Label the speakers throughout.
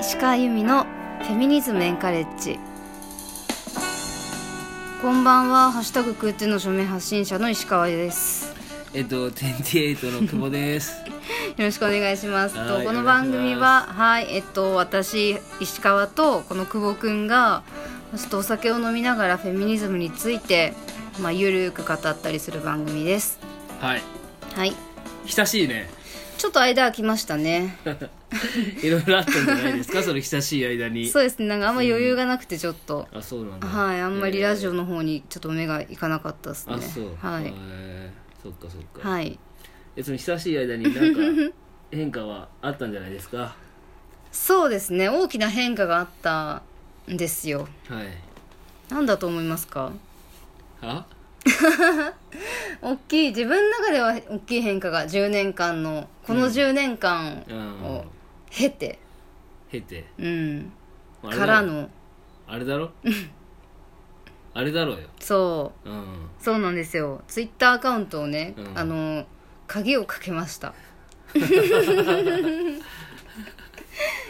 Speaker 1: 石川由美のフェミニズムエンカレッジこんばんはハッシュタグ空中の署名発信者の石川です
Speaker 2: えっと、28の久保です。
Speaker 1: よろしくお願いします
Speaker 2: は
Speaker 1: と
Speaker 2: い
Speaker 1: この
Speaker 2: お願い
Speaker 1: 番
Speaker 2: します
Speaker 1: 組ははいえっと私石川とこの久保くんがちょっとお酒を飲みながらフェミニズムについてまあゆるく語ったりする番組です
Speaker 2: はい。
Speaker 1: はい
Speaker 2: 親し いね。
Speaker 1: ちょっと間空きましたね
Speaker 2: いろいろあったんじゃないですか、その親しい間に。
Speaker 1: そうですねなんかあんま余裕がなくてちょっと、
Speaker 2: あ、そうなんだ。
Speaker 1: はい、あんまり
Speaker 2: えー
Speaker 1: ラジオの方にちょっと目がいかなかったですね。
Speaker 2: あ、そう。
Speaker 1: はい。
Speaker 2: えーそっかそっか。
Speaker 1: はい。
Speaker 2: え、その親しい間になんか 変化はあったんじゃないですか。
Speaker 1: そうですね、大きな変化があったんですよ。
Speaker 2: はい。
Speaker 1: なんだと思いますか
Speaker 2: あ
Speaker 1: 大きい、自分の中では大きい変化が10年間の、この10年間
Speaker 2: うん
Speaker 1: を。経て、
Speaker 2: 経て。
Speaker 1: うん、
Speaker 2: あれだろ
Speaker 1: から。の、
Speaker 2: あれ だろあれだろうよ。
Speaker 1: そ
Speaker 2: うん。
Speaker 1: う、そうなんですよ。ツイッターアカウントをね、
Speaker 2: うん
Speaker 1: あの、鍵をかけま した。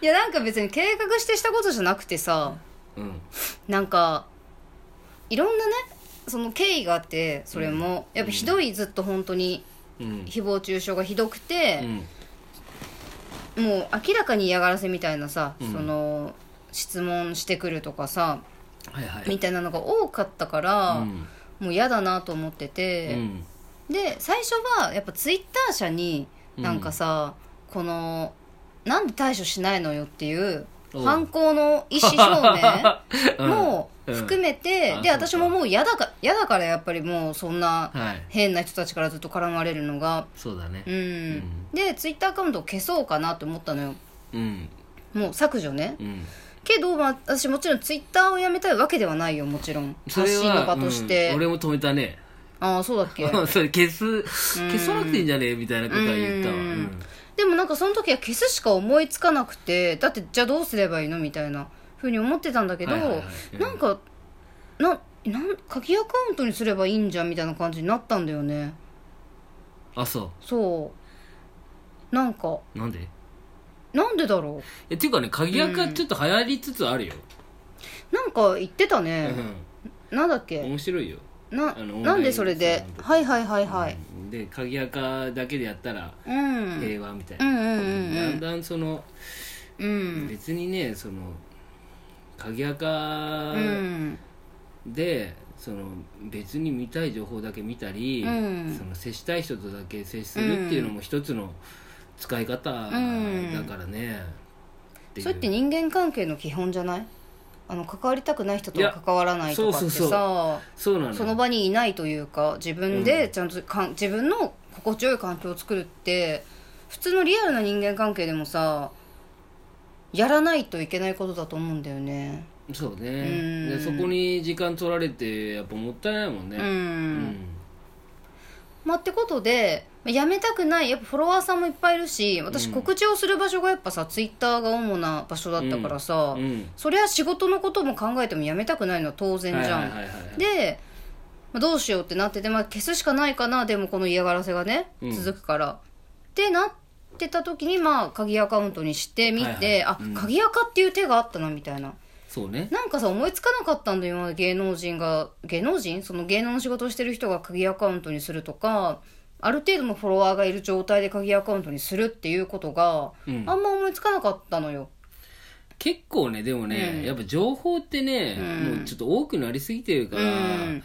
Speaker 1: いやなんか別に計画してしたことじゃなくてさ、
Speaker 2: うん。
Speaker 1: なんかいろんなねその経緯があってそれも、やっぱひどいずっと本当に
Speaker 2: うん。
Speaker 1: 誹謗中傷がひどく
Speaker 2: う
Speaker 1: て、
Speaker 2: ん。
Speaker 1: もう明らかに嫌がらせみたいなさ、
Speaker 2: うん
Speaker 1: その質問してくるとかさ
Speaker 2: はいはい。
Speaker 1: みたいなのが多かったから、
Speaker 2: うん。
Speaker 1: もう嫌だなと思って
Speaker 2: う
Speaker 1: て、
Speaker 2: ん。
Speaker 1: で最初はやっぱツイッター社になんかさ、このなんで対処しないのよっていう
Speaker 2: おう
Speaker 1: 犯行の意思表明もう含
Speaker 2: め
Speaker 1: めて、
Speaker 2: うん
Speaker 1: で
Speaker 2: あそうか
Speaker 1: 私ももう嫌だか嫌だからやっぱりもうそんな
Speaker 2: はい。
Speaker 1: 変な人たちからずっと絡まれるのが
Speaker 2: そうだね
Speaker 1: うん、。でツイッターアカウントを消そうかなと思ったのよ
Speaker 2: うん。
Speaker 1: もう削除ね
Speaker 2: うん。
Speaker 1: けど、まあ、私もちろんツイッターをやめたいわけではないよもちろん
Speaker 2: それは
Speaker 1: 発信の場として、
Speaker 2: うん俺も止めたね
Speaker 1: ああそうだっけ
Speaker 2: それ消す消さなくていいんじゃねみたいなことは言ったわ
Speaker 1: う
Speaker 2: うんん
Speaker 1: でもなんかその時は消すしか思いつかなくてだってじゃあどうすればいいのみたいなふうに思ってたんだけど、
Speaker 2: はいはいはいうん
Speaker 1: なんかななん鍵アカウントにすればいいんじゃんみたいな感じになったんだよね
Speaker 2: あそ
Speaker 1: そうなんか
Speaker 2: うなんで
Speaker 1: なんでだろ
Speaker 2: えっていうかね鍵垢ちょっと流行りつつあるよ
Speaker 1: うなんか言ってた
Speaker 2: う
Speaker 1: ね、
Speaker 2: ん
Speaker 1: なんだっけ
Speaker 2: 面白いよ
Speaker 1: な
Speaker 2: あのオンライン
Speaker 1: なんでそれで
Speaker 2: そう
Speaker 1: はいはいはいはい、
Speaker 2: うんで鍵垢だけでやったら
Speaker 1: うん、
Speaker 2: 平和みたい
Speaker 1: うんう
Speaker 2: なん
Speaker 1: うんう
Speaker 2: だん
Speaker 1: ん
Speaker 2: だんその
Speaker 1: うん
Speaker 2: 別にねその鍵垢
Speaker 1: うん
Speaker 2: でその別に見たい情報だけ見たり、
Speaker 1: うん
Speaker 2: その接したい人とだけ接するっていうのも一つの使い方だからね、ていう
Speaker 1: それって人間関係の基本じゃないあの関わりたくない人とはい
Speaker 2: や
Speaker 1: 関わらないとかってさ
Speaker 2: そうそうそうなの
Speaker 1: その場にいないというか自分でちゃんとかん自分の心地よい環境を作るって普通のリアルな人間関係でもさやらないといけないことだと思うんだよね
Speaker 2: そう
Speaker 1: う
Speaker 2: ね
Speaker 1: ん
Speaker 2: でそこに時間取られてやっぱもったいないもん
Speaker 1: うん、
Speaker 2: ね、
Speaker 1: まあ、ってことでまあやめたくないやっぱフォロワーさんもいっぱいいるし私
Speaker 2: うん
Speaker 1: 告知をする場所がやっぱさツイッターが主な場所だったからさ、
Speaker 2: うんうん
Speaker 1: そりゃ仕事のことも考えてもやめたくないのは当然じゃん、
Speaker 2: はいはいはいはい
Speaker 1: で、まあ、どうしようってなってて、まあ、消すしかないかなでもこの嫌がらせがね
Speaker 2: うん
Speaker 1: 続くから、ってなってた時にまあ鍵アカウントにしてみて、
Speaker 2: はいはいうん
Speaker 1: あ鍵アカっていう手があったなみたいな
Speaker 2: そうね
Speaker 1: なんかさ思いつかなかったんだよ今まで芸能人が芸能人その芸能の仕事をしてる人が鍵アカウントにするとかある程度のフォロワーがいる状態で鍵アカウントにするっていうことが、
Speaker 2: うん
Speaker 1: あんま思いつかなかったのよ
Speaker 2: 結構ねでもね、
Speaker 1: うん
Speaker 2: やっぱ情報ってね、
Speaker 1: うん
Speaker 2: もうちょっと多くなりすぎてるか
Speaker 1: う
Speaker 2: ら、
Speaker 1: ん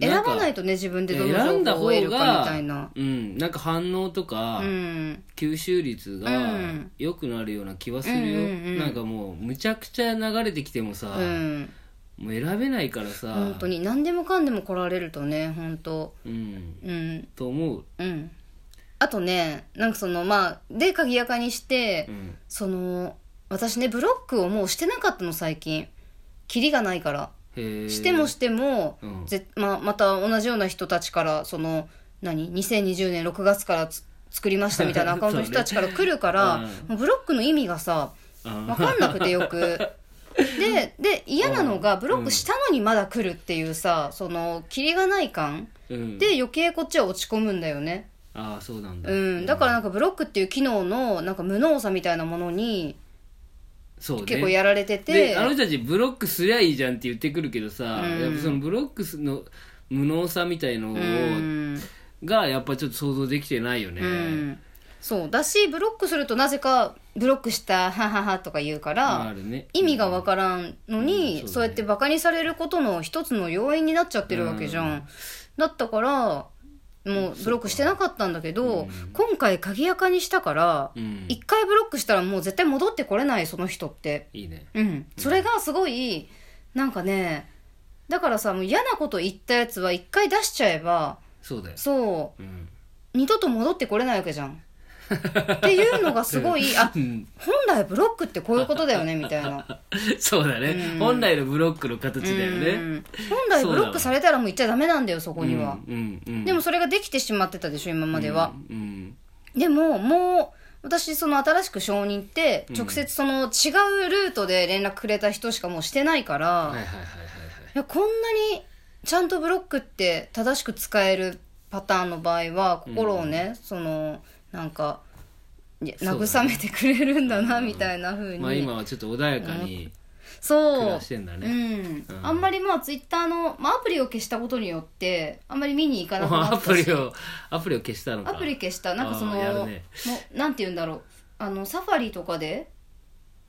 Speaker 1: 選ばない
Speaker 2: と
Speaker 1: とね自分でどの
Speaker 2: 選んだ
Speaker 1: 情報を
Speaker 2: 方が
Speaker 1: 得るかみたいな
Speaker 2: うん、なんか反応とか、
Speaker 1: うん
Speaker 2: 吸収率が
Speaker 1: うん
Speaker 2: 良くなるような気はするよ、
Speaker 1: うんうんうん
Speaker 2: なんかもうむちゃくちゃ流れてきてもさ、
Speaker 1: うん
Speaker 2: もう選べないからさ
Speaker 1: 本当に何でもかんでも来られるとね本当
Speaker 2: うん
Speaker 1: うん
Speaker 2: と思う、
Speaker 1: うんあとねなんかそのまあで鍵やかにして、
Speaker 2: うん、
Speaker 1: その私ねブロックをもうしてなかったの最近キリがないから
Speaker 2: へえ
Speaker 1: してもしても、
Speaker 2: うん
Speaker 1: ぜまあまた同じような人たちからその何2020年6月からつ作りましたみ たいなアカウントの人たちから来るから、
Speaker 2: そうね
Speaker 1: もうブロックの意味がさ分
Speaker 2: あ
Speaker 1: かんなくてよ くでで嫌なのがブロックしたのにまだ来るっていうさそのキリがない感
Speaker 2: うん
Speaker 1: で余計こっちは落ち込むんだよね
Speaker 2: ああそうなんだ
Speaker 1: うん、だからなんかブロックっていう機能のなんか無能さみたいなものに
Speaker 2: そうね
Speaker 1: 結構やられてて、
Speaker 2: であの人たちブロックすりゃいいじゃんって言ってくるけどさ、
Speaker 1: うん
Speaker 2: やっぱそのブロックスの無能さみたいのを、
Speaker 1: うん
Speaker 2: がやっぱちょっと想像できてないよね、
Speaker 1: うんそうだしブロックするとなぜかブロックした「ははは」とか言うから、
Speaker 2: あるね
Speaker 1: 意味がわからんのに、
Speaker 2: うんうん
Speaker 1: そ
Speaker 2: そう
Speaker 1: うや
Speaker 2: だね
Speaker 1: ってバカにされることの一つの要因になっちゃってるわけじゃん、
Speaker 2: う
Speaker 1: だったからもうブロックしてなかったんだけど、
Speaker 2: うん
Speaker 1: 今回鍵やかにしたから
Speaker 2: うん
Speaker 1: 一、回ブロックしたらもう絶対戻ってこれないその人って
Speaker 2: いいね
Speaker 1: うんそれがすごいなんかねだからさもう嫌なこと言ったやつは一回出しちゃえば
Speaker 2: そうだよ、
Speaker 1: そ
Speaker 2: うん、
Speaker 1: う二度と戻ってこれないわけじゃんっていうのがすご いあ
Speaker 2: うん
Speaker 1: 本来ブロックってこういうことだよねみたいな
Speaker 2: そうだね、
Speaker 1: うん
Speaker 2: 本来のブロックの形だよね、
Speaker 1: うん本来ブロックされたらもう行っちゃダメなんだよそこには、
Speaker 2: うんうんうん
Speaker 1: でもそれができてしまってたでしょ今までは、、
Speaker 2: うんうん
Speaker 1: でももう私その新しく承認って
Speaker 2: うん
Speaker 1: 直接その違うルートで連絡くれた人しかもうしてないから、
Speaker 2: は
Speaker 1: い
Speaker 2: いはいはいはいはい
Speaker 1: やこんなにちゃんとブロックって正しく使えるパターンの場合は心をね、そのなんかいや
Speaker 2: そうだね
Speaker 1: 慰めてくれるんだなみたいな風に、
Speaker 2: まあ今はちょっと穏やかに暮
Speaker 1: そう
Speaker 2: らしてんだ
Speaker 1: う
Speaker 2: ね、
Speaker 1: ん
Speaker 2: うん
Speaker 1: あんまりまあツイッターの、まあ、アプリを消したことによってあんまり見に行かなくな
Speaker 2: ア
Speaker 1: った
Speaker 2: プ
Speaker 1: し
Speaker 2: リをアプリを消したのか
Speaker 1: アプリ消したなんかその
Speaker 2: あーやるね
Speaker 1: もうなんて言うんだろうあのサファリとかで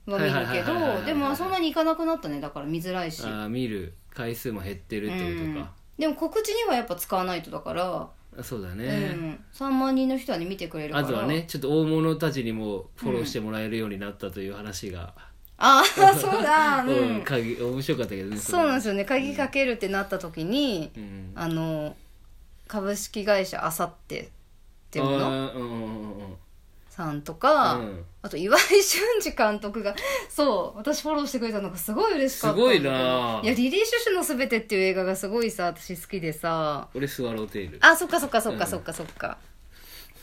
Speaker 1: は見るけ
Speaker 2: はいはいはいはいはい
Speaker 1: どでもそんなに行かなくなったねだから見づらいし、
Speaker 2: あー見る回数も減ってるってことか、
Speaker 1: でも告知にはやっぱ使わないとだから、
Speaker 2: あそうだね、
Speaker 1: うん、3万人の人はね見てくれるから
Speaker 2: あとはねちょっと大物たちにもフォローしてもらえるようになったという話が、
Speaker 1: ああそうだ、う
Speaker 2: うん
Speaker 1: ん、
Speaker 2: 鍵面白かったけどね
Speaker 1: そうなんですすよね鍵かけるってなった時に、
Speaker 2: うん、
Speaker 1: あの株式会社あさってっていうの
Speaker 2: あーうんうんうんうん
Speaker 1: さんとか、
Speaker 2: うん
Speaker 1: あと岩井俊二監督がそう私フォローしてくれたのがすごい嬉しかったんだけど
Speaker 2: すごいなあ
Speaker 1: いやリリー・シュシュのすべてっていう映画がすごいさ私好きでさ
Speaker 2: 俺スワローテール
Speaker 1: あそっかそっかそっかそっかそっか、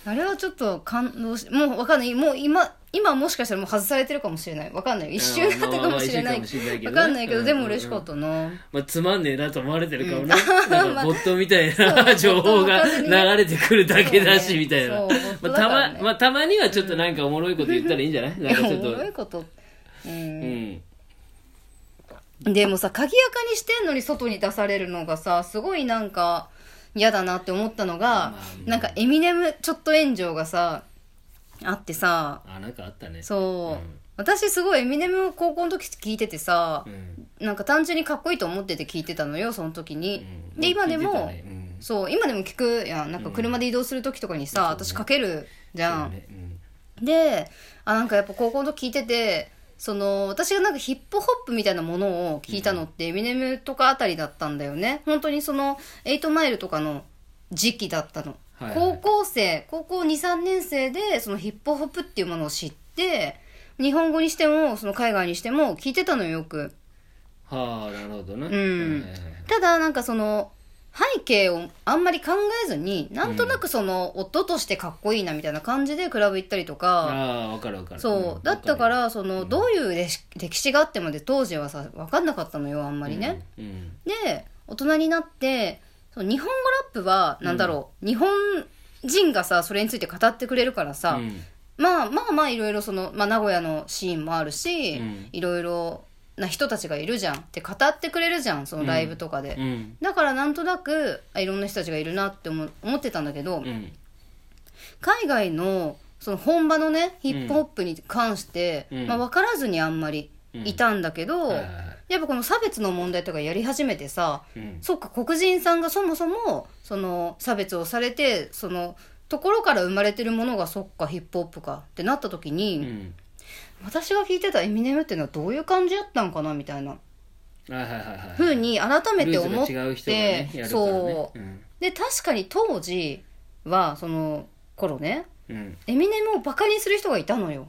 Speaker 1: あれはちょっと感動しもうわかんないもう今今もしかしたらもう外されてるかもしれないわかんない一瞬だったかもしれない
Speaker 2: うんまあまあまあ一瞬かもしれないけど
Speaker 1: わ
Speaker 2: ね
Speaker 1: かんないけど、
Speaker 2: うん
Speaker 1: でも嬉しかったな、
Speaker 2: まあ、つまんねえなと思われてるかもね、
Speaker 1: ん
Speaker 2: なんかボットみたいな情報が流れてくるだけだし、
Speaker 1: そうね
Speaker 2: みたいな、
Speaker 1: そうボット
Speaker 2: ま
Speaker 1: だ
Speaker 2: あ
Speaker 1: か
Speaker 2: た
Speaker 1: ら
Speaker 2: ま
Speaker 1: ね
Speaker 2: まあ、たまにはちょっとなんかおもろいこと言ったらいいんじゃない、
Speaker 1: い
Speaker 2: なん
Speaker 1: や
Speaker 2: かち
Speaker 1: お
Speaker 2: ょっ
Speaker 1: もろい
Speaker 2: と、
Speaker 1: こと、うん
Speaker 2: うん、
Speaker 1: でもさ鍵やかにしてんのに外に出されるのがさすごいなんか嫌だなって思ったのが、
Speaker 2: まあ
Speaker 1: なんかエミネムちょっと炎上がさあってさ
Speaker 2: あなんかあったね
Speaker 1: そう、
Speaker 2: うん
Speaker 1: 私すごいエミネムを高校の時聞いててさ
Speaker 2: う、ん
Speaker 1: なんか単純にかっこいいと思ってて聞いてたのよその時に、
Speaker 2: うん
Speaker 1: で今でも、
Speaker 2: 聞いてたねうん
Speaker 1: そう今でも聞くやんなんか車で移動する時とかにさ、
Speaker 2: うん
Speaker 1: 私かけるじゃ
Speaker 2: そ
Speaker 1: ん
Speaker 2: う、ねうん
Speaker 1: であなんかやっぱ高校の時聞いててその私がなんかヒップホップみたいなものを聞いたのってエミネムとかあたりだったんだよね本当にその8マイルとかの時期だったの、
Speaker 2: はいはい
Speaker 1: 高校生高校23年生でそのヒップホップっていうものを知って日本語にしてもその海外にしても聞いてたのよよく
Speaker 2: はあなるほどな、
Speaker 1: ん
Speaker 2: はいはいはい
Speaker 1: ただなんかその背景をあんまり考えずになんとなくその音としてかっこいいなみたいな感じでクラブ行ったりとか、
Speaker 2: ああ分かる分かる
Speaker 1: そうだったからそのどういう歴史歴史があってまで当時はさ分かんなかったのよあんまりね、、
Speaker 2: うんうん
Speaker 1: で大人になってその日本語ラップはなんだろう、日本人がさそれについて語ってくれるからさ、
Speaker 2: うん
Speaker 1: まあまあまあいろいろその、まあ、名古屋のシーンもあるし、
Speaker 2: うん
Speaker 1: いろいろな人たちがいるじゃんって語ってくれるじゃんそのライブとかで、
Speaker 2: うん
Speaker 1: だからなんとなくあいろんな人たちがいるなって思思ってたんだけど、
Speaker 2: うん
Speaker 1: 海外のその本場のねヒップホップに関して、
Speaker 2: うん
Speaker 1: まあ、分からずにあんまりいたんだけど、
Speaker 2: はいはいはい
Speaker 1: やっぱこの差別の問題とかやり始めてさ、
Speaker 2: うん
Speaker 1: そっか黒人さんがそもそもその差別をされてそのところから生まれてるものがそっかヒップホップかってなった時に、
Speaker 2: うん
Speaker 1: 私が聞いてたエミネムっていうのはどういう感じだったんかなみたいな
Speaker 2: はいはいはいはい
Speaker 1: ふうに改めて思って、
Speaker 2: ルーズが違う人がねやるからね
Speaker 1: そううんで確かに当時はその頃ね
Speaker 2: うん
Speaker 1: エミネムをバカにする人がいたのよ。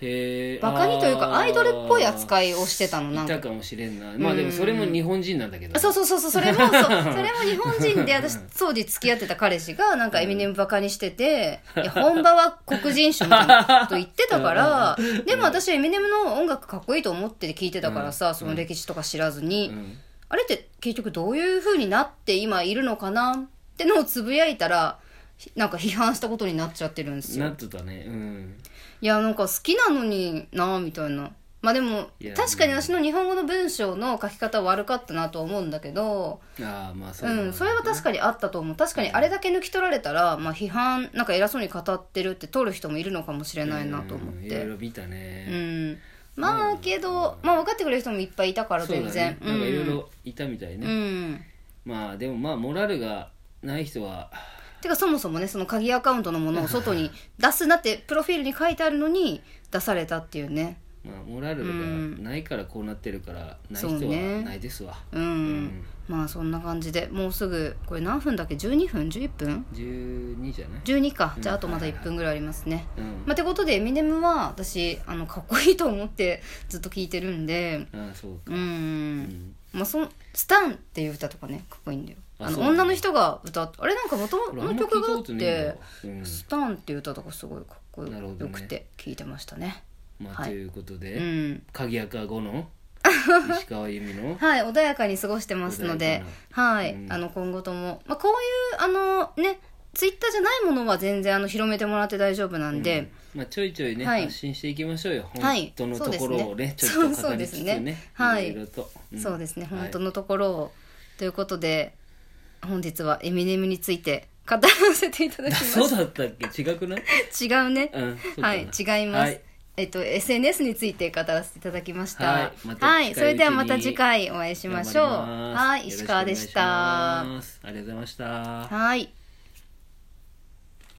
Speaker 2: へえ
Speaker 1: バカにというかアイドルっぽい
Speaker 2: い
Speaker 1: 扱いをしてたのなん
Speaker 2: いた
Speaker 1: か
Speaker 2: かもしれんなまあでもそれも日本人なんだけど
Speaker 1: そうそうそうそうそれ もそうそれも日本人で私当時付き合ってた彼氏がなんかエミネムバカにしてていや本場は黒人種みたいなこと言ってたからでも私はエミネムの音楽かっこいいと思って聞いてたから
Speaker 2: う
Speaker 1: さ
Speaker 2: ん
Speaker 1: その歴史とか知らずに、
Speaker 2: うん
Speaker 1: あれって結局どういう風になって今いるのかなってのをつぶやいたらひなんか批判したことになっちゃってるんです
Speaker 2: な
Speaker 1: よ
Speaker 2: ってたねうん
Speaker 1: いやなんか好きなのになみたいなまあでも
Speaker 2: いや
Speaker 1: 確かに私の日本語の文章の書き方は悪かったなとは思うんだけど
Speaker 2: ああまあそううだね
Speaker 1: ん、それは確かにあったと思う確かにあれだけ抜き取られたら、まあ、批判なんか偉そうに語ってるって取る人もいるのかもしれないなと思っ
Speaker 2: うんいろい
Speaker 1: て
Speaker 2: ろ見たね
Speaker 1: うん、まあけど、まあ、分かってくれる人もいっぱいいたから
Speaker 2: そう
Speaker 1: 全
Speaker 2: だ
Speaker 1: 然
Speaker 2: ねなんかいろいろいたみたい
Speaker 1: うん、
Speaker 2: ね、
Speaker 1: うん、
Speaker 2: まあでもまあモラルがない人は
Speaker 1: てかそもそもねその鍵アカウントのものを外に出すなってプロフィールに書いてあるのに出されたっていうね
Speaker 2: まあモラルがないからこうなってるから、ない人
Speaker 1: そうね
Speaker 2: はないですわ、
Speaker 1: うん、まあそんな感じでもうすぐこれ何分だっけ12分11分
Speaker 2: 12じゃない、
Speaker 1: 12かじゃあ
Speaker 2: うん
Speaker 1: あとまだ1分ぐらいありますね、
Speaker 2: うん
Speaker 1: まあ、てことでエミネムは私あのかっこいいと思ってずっと聴いてるんで
Speaker 2: ああそうか
Speaker 1: う、
Speaker 2: うんん
Speaker 1: まあそん「スタン」っていう歌とかねかっこいいんだよ
Speaker 2: あ
Speaker 1: あの
Speaker 2: そうなんだ
Speaker 1: 女の人が歌ってあれなんか元
Speaker 2: これ
Speaker 1: 々の
Speaker 2: あんま聞
Speaker 1: 曲
Speaker 2: いた
Speaker 1: があっ
Speaker 2: ことないんだ
Speaker 1: て
Speaker 2: わう
Speaker 1: 「
Speaker 2: ん
Speaker 1: スタン」っていう歌とかすごいかっこ
Speaker 2: なるほ
Speaker 1: よ
Speaker 2: どね
Speaker 1: くて聴いてましたね
Speaker 2: まあ、
Speaker 1: はい
Speaker 2: ということで、
Speaker 1: うん
Speaker 2: 鍵アカ 後の石川由美の
Speaker 1: はい穏やかに過ごしてますのではい、
Speaker 2: うん
Speaker 1: あの今後とも、まあ、こういうあのねツイッターじゃないものは全然あの広めてもらって大丈夫なんで、
Speaker 2: まあ、ちょいちょいね、
Speaker 1: はい
Speaker 2: 発信していきましょうよ
Speaker 1: はい
Speaker 2: 本当のところをね,、ち
Speaker 1: そ
Speaker 2: ょ
Speaker 1: う
Speaker 2: っ
Speaker 1: ですねそうです
Speaker 2: と語りつつ
Speaker 1: ね
Speaker 2: ね
Speaker 1: はい
Speaker 2: ろいろと、ん
Speaker 1: そうですね、
Speaker 2: はい
Speaker 1: 本当のところをということで本日はエミネムについて語らせていただきま
Speaker 2: そう
Speaker 1: し
Speaker 2: だったっけ違くない、
Speaker 1: た違うね、
Speaker 2: うん、そうだ
Speaker 1: は
Speaker 2: ない
Speaker 1: 違います、
Speaker 2: はい
Speaker 1: えっと SNS について語らせていただきました
Speaker 2: は
Speaker 1: はいい、
Speaker 2: また近いうちに
Speaker 1: それではまた次回お会いしましょう
Speaker 2: 頑張り
Speaker 1: は
Speaker 2: ます
Speaker 1: い石川でし
Speaker 2: よろくお
Speaker 1: た
Speaker 2: 願いしますありがとうございました
Speaker 1: はい